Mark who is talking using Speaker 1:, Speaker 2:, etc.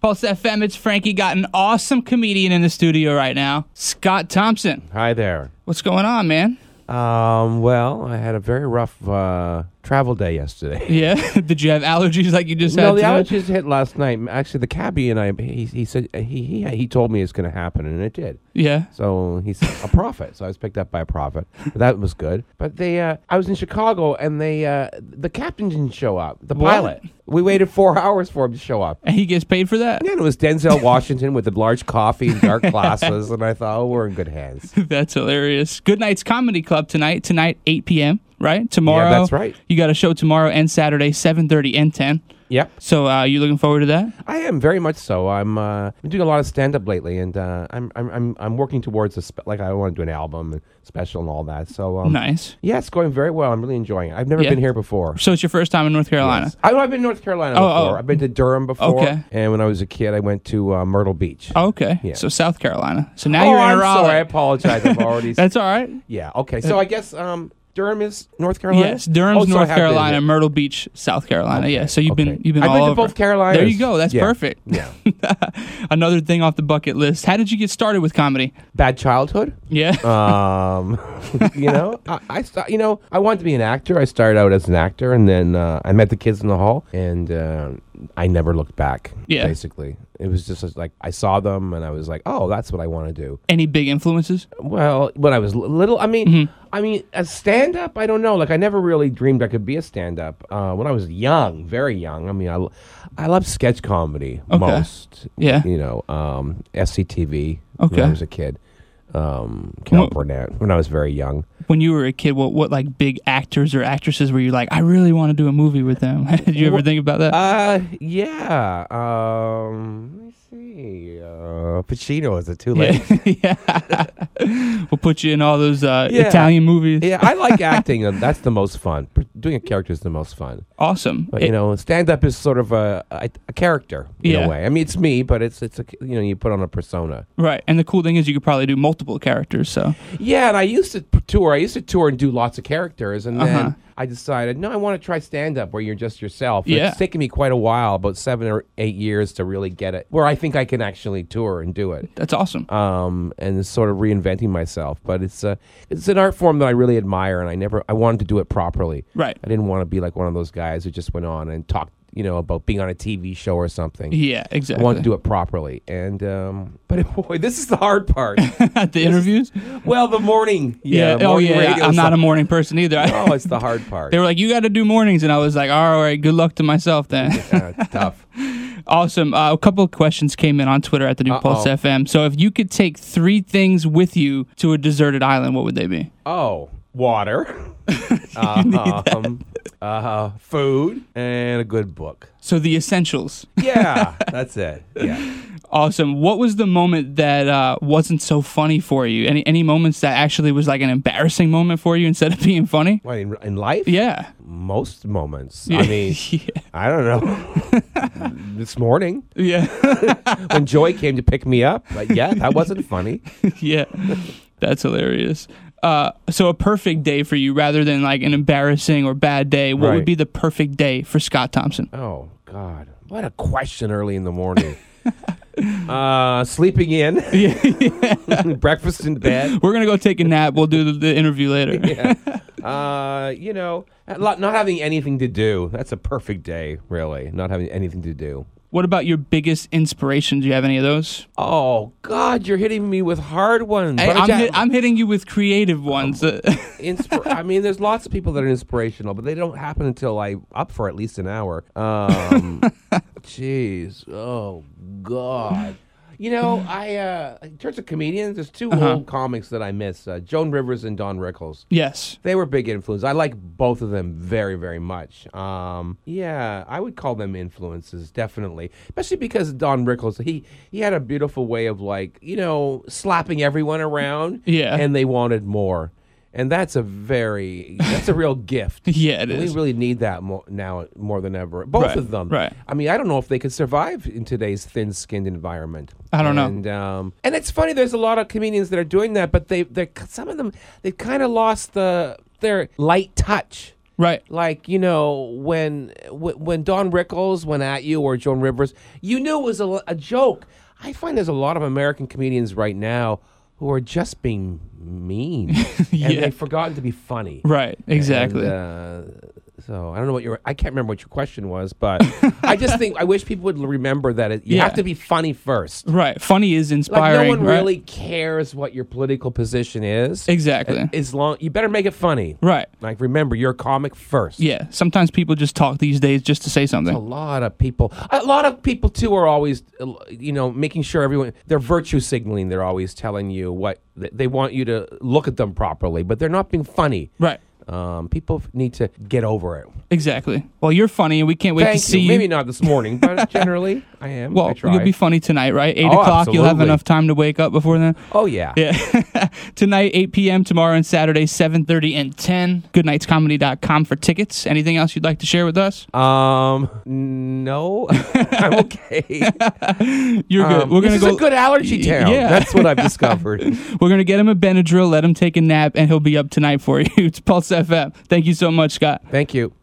Speaker 1: Pulse FM. It's Frankie. Got an awesome comedian in the studio right now, Scott Thompson.
Speaker 2: Hi there.
Speaker 1: What's going on, man?
Speaker 2: Um, well, I had a very rough uh, travel day yesterday.
Speaker 1: Yeah. Did you have allergies like you just had?
Speaker 2: No, the
Speaker 1: tonight?
Speaker 2: allergies hit last night. Actually, the cabbie and I, he, he said, uh, he, he, he told me it's going to happen, and it did.
Speaker 1: Yeah.
Speaker 2: So he's a prophet. So I was picked up by a prophet. But that was good. But they, uh, I was in Chicago, and they, uh, the captain didn't show up. The
Speaker 1: What?
Speaker 2: pilot. We waited four hours for him to show up.
Speaker 1: And he gets paid for that.
Speaker 2: And then it was Denzel Washington with a large coffee and dark glasses, and I thought, oh, we're in good hands.
Speaker 1: That's hilarious. Good Nights Comedy Club tonight. Tonight, 8 p.m. Right? Tomorrow.
Speaker 2: that's right.
Speaker 1: You got a show tomorrow and Saturday, 7:30 and 10.
Speaker 2: Yep.
Speaker 1: So, uh, you looking forward to that?
Speaker 2: I am very much so. I'm uh, I'm doing a lot of stand up lately, and uh, I'm, I'm I'm I'm working towards a spe- like I want to do an album and special and all that. So um,
Speaker 1: Nice.
Speaker 2: yeah, it's going very well. I'm really enjoying it. I've never
Speaker 1: Yeah.
Speaker 2: been here before.
Speaker 1: So it's your first time in North Carolina.
Speaker 2: I, I've been to North Carolina
Speaker 1: Oh,
Speaker 2: before.
Speaker 1: oh.
Speaker 2: I've been to Durham before.
Speaker 1: Okay.
Speaker 2: And when I was a kid, I went to uh, Myrtle Beach.
Speaker 1: Oh, okay.
Speaker 2: Yeah.
Speaker 1: So South Carolina. So now
Speaker 2: Oh,
Speaker 1: you're in
Speaker 2: I'm
Speaker 1: Raleigh.
Speaker 2: sorry. I apologize. I've already.
Speaker 1: That's all right.
Speaker 2: yeah. Okay. So I guess um, Durham is North Carolina.
Speaker 1: Yes, Durham's
Speaker 2: Oh, so I
Speaker 1: North
Speaker 2: have been
Speaker 1: Carolina,
Speaker 2: here.
Speaker 1: Myrtle Beach, South Carolina. yeah, so you've been
Speaker 2: okay.
Speaker 1: you've been
Speaker 2: I've
Speaker 1: all
Speaker 2: been to
Speaker 1: over.
Speaker 2: both Carolinas.
Speaker 1: There you go. That's
Speaker 2: Yeah.
Speaker 1: perfect.
Speaker 2: Yeah.
Speaker 1: Another thing off the bucket list. How did you get started with comedy?
Speaker 2: Bad childhood.
Speaker 1: Yeah.
Speaker 2: um, you know, I, I sta- you know, I wanted to be an actor. I started out as an actor, and then uh, I met the kids in the hall, and uh, I never looked back.
Speaker 1: Yeah.
Speaker 2: basically, it was just like I saw them, and I was like, oh, that's what I want to do.
Speaker 1: Any big influences?
Speaker 2: Well, when I was li- little, I
Speaker 1: Mm-hmm.
Speaker 2: mean, I mean, a stand up, I don't know. Like, I never really dreamed I could be a stand up. Uh, when I was young, very young, I mean, I, l- I love sketch comedy
Speaker 1: Okay.
Speaker 2: most.
Speaker 1: Yeah.
Speaker 2: You know, um, SCTV
Speaker 1: Okay.
Speaker 2: when I was a kid. Um, Cal
Speaker 1: Wha-
Speaker 2: Burnett when I was very young.
Speaker 1: When you were a kid, what what like big actors or actresses were you like? I really want to do a movie with them. did you ever
Speaker 2: Wha-
Speaker 1: think about that?
Speaker 2: Uh, yeah. Um, let me see. Uh, Pacino is it too late?
Speaker 1: yeah. Yeah. we'll put you in all those uh,
Speaker 2: Yeah.
Speaker 1: Italian movies.
Speaker 2: Yeah, I like acting. and That's the most fun. Pr- Doing a character is the most fun.
Speaker 1: Awesome.
Speaker 2: But you know, stand up is sort of a, a, a character in
Speaker 1: Yeah.
Speaker 2: a way. I mean, it's me, but it's it's a, you know you put on a persona.
Speaker 1: right. And the cool thing is you could probably do multiple characters. So
Speaker 2: Yeah, and I used to p- tour. I used to tour and do lots of characters, and
Speaker 1: Uh-huh.
Speaker 2: then I decided no, I want to try stand up where you're just yourself.
Speaker 1: Yeah.
Speaker 2: It's taken me quite a while, about seven or eight years, to really get it where I think I can actually tour and do it.
Speaker 1: that's awesome.
Speaker 2: um, and sort of reinventing myself. But it's a it's an art form that I really admire, and I never I wanted to do it properly.
Speaker 1: Right.
Speaker 2: I didn't want to be like one of those guys who just went on and talked, you know, about being on a TV show or something.
Speaker 1: Yeah,
Speaker 2: I
Speaker 1: exactly.
Speaker 2: wanted to do it properly, and um, but boy, this is the hard part.
Speaker 1: At the interviews?
Speaker 2: well, the morning,
Speaker 1: Yeah.
Speaker 2: the
Speaker 1: oh
Speaker 2: morning
Speaker 1: yeah.
Speaker 2: radio
Speaker 1: I'm not a
Speaker 2: stuff.
Speaker 1: morning person either. I-
Speaker 2: Oh, it's the hard part.
Speaker 1: they were like, "You got to do mornings," and I was like, "All right, good luck to myself then."
Speaker 2: Yeah, it's tough.
Speaker 1: awesome. Uh, a couple of questions came in on Twitter at the New Pulse
Speaker 2: Uh-oh.
Speaker 1: FM. So, if you could take three things with you to a deserted island, what would they be?
Speaker 2: Oh, water, um, uh, food, and a good book.
Speaker 1: So, the essentials.
Speaker 2: Yeah, that's it. Yeah.
Speaker 1: Awesome. What was the moment that uh, wasn't so funny for you? Any any moments that actually was like an embarrassing moment for you instead of being funny?
Speaker 2: What in, in life?
Speaker 1: Yeah.
Speaker 2: most moments.
Speaker 1: Yeah.
Speaker 2: I mean, I don't know. this morning
Speaker 1: yeah.
Speaker 2: when Joy came to pick me up, like, yeah, that wasn't funny.
Speaker 1: yeah. That's hilarious. Uh, so a perfect day for you rather than like an embarrassing or bad day, what would
Speaker 2: Right.
Speaker 1: be the perfect day for Scott Thompson?
Speaker 2: Oh God, what a question early in the morning. uh, sleeping in, breakfast in bed.
Speaker 1: We're gonna go take a nap. We'll do the, the interview later.
Speaker 2: Yeah. Uh, you know, a lot- not having anything to do. That's a perfect day, really. Not having anything to do.
Speaker 1: What about your biggest inspiration? Do you have any of those?
Speaker 2: Oh God, you're hitting me with hard ones.
Speaker 1: Hey,
Speaker 2: Why don't
Speaker 1: I'm,
Speaker 2: you- Oh.
Speaker 1: hit, I'm hitting you with creative ones. Uh,
Speaker 2: Inspir- I mean, there's lots of people that are inspirational, but they don't happen until I up for at least an hour. Um, Jeez, oh God. You know, I uh, in terms of comedians, there's 2
Speaker 1: Uh-huh.
Speaker 2: old comics that I miss: uh, Joan Rivers and Don Rickles.
Speaker 1: yes.
Speaker 2: They were big influences. I like both of them very, very much. Um, yeah, I would call them influences, definitely. Especially because Don Rickles, he he had a beautiful way of like, you know, slapping everyone around.
Speaker 1: Yeah.
Speaker 2: And they wanted more. And that's a very that's a real gift.
Speaker 1: Yeah, it
Speaker 2: we
Speaker 1: is.
Speaker 2: really need that more now more than ever. Both
Speaker 1: Right,
Speaker 2: of them.
Speaker 1: right.
Speaker 2: I mean, I don't know if they could survive in today's thin-skinned environment.
Speaker 1: I don't know.
Speaker 2: And and um, and it's funny. There's a lot of comedians that are doing that, but they they some of them they've kind of lost the their light touch.
Speaker 1: Right.
Speaker 2: Like you know when wh- when Don Rickles went at you or Joan Rivers, you knew it was a, a joke. I find there's a lot of American comedians right now who are just being mean,
Speaker 1: Yeah.
Speaker 2: and uh, they've forgotten to be funny.
Speaker 1: Right. Exactly.
Speaker 2: And, uh, so I don't know what your I can't remember what your question was, but I just think I wish people would remember that it, you
Speaker 1: Yeah.
Speaker 2: have to be funny first.
Speaker 1: right. Funny is
Speaker 2: Like
Speaker 1: inspiring.
Speaker 2: no one
Speaker 1: right?
Speaker 2: really cares what your political position is.
Speaker 1: Exactly.
Speaker 2: As long you better make it funny.
Speaker 1: right.
Speaker 2: Like remember, you're a comic first.
Speaker 1: Yeah. Sometimes people just talk these days just to say
Speaker 2: A
Speaker 1: something.
Speaker 2: lot of people, a lot of people too, are always, uh, you know, making sure everyone they're virtue signaling. They're always telling you what th- they want you to look at them properly, but they're not being funny.
Speaker 1: Right.
Speaker 2: Um, people need to get over it.
Speaker 1: Exactly. Well, you're funny, and we can't wait
Speaker 2: Thank
Speaker 1: to see
Speaker 2: you.
Speaker 1: you.
Speaker 2: Maybe not this morning, but generally I am. I
Speaker 1: well,
Speaker 2: try.
Speaker 1: you'll be funny tonight, right? Eight
Speaker 2: Oh,
Speaker 1: o'clock. You'll have
Speaker 2: absolutely.
Speaker 1: enough time to wake up before then.
Speaker 2: oh yeah.
Speaker 1: Yeah. tonight, 8 p.m. Tomorrow and Saturday, 7:30 and 10. Goodnightscomedy.com for tickets. Anything else you'd like to share with us?
Speaker 2: Um, no, I'm okay.
Speaker 1: You're good.
Speaker 2: Um,
Speaker 1: We're gonna
Speaker 2: this
Speaker 1: go.
Speaker 2: is a good allergy
Speaker 1: Y-
Speaker 2: town.
Speaker 1: yeah.
Speaker 2: That's what I've discovered.
Speaker 1: We're gonna get him a Benadryl, let him take a nap, and he'll be up tonight for you. It's Pulse FM. Thank you so much, Scott.
Speaker 2: Thank you.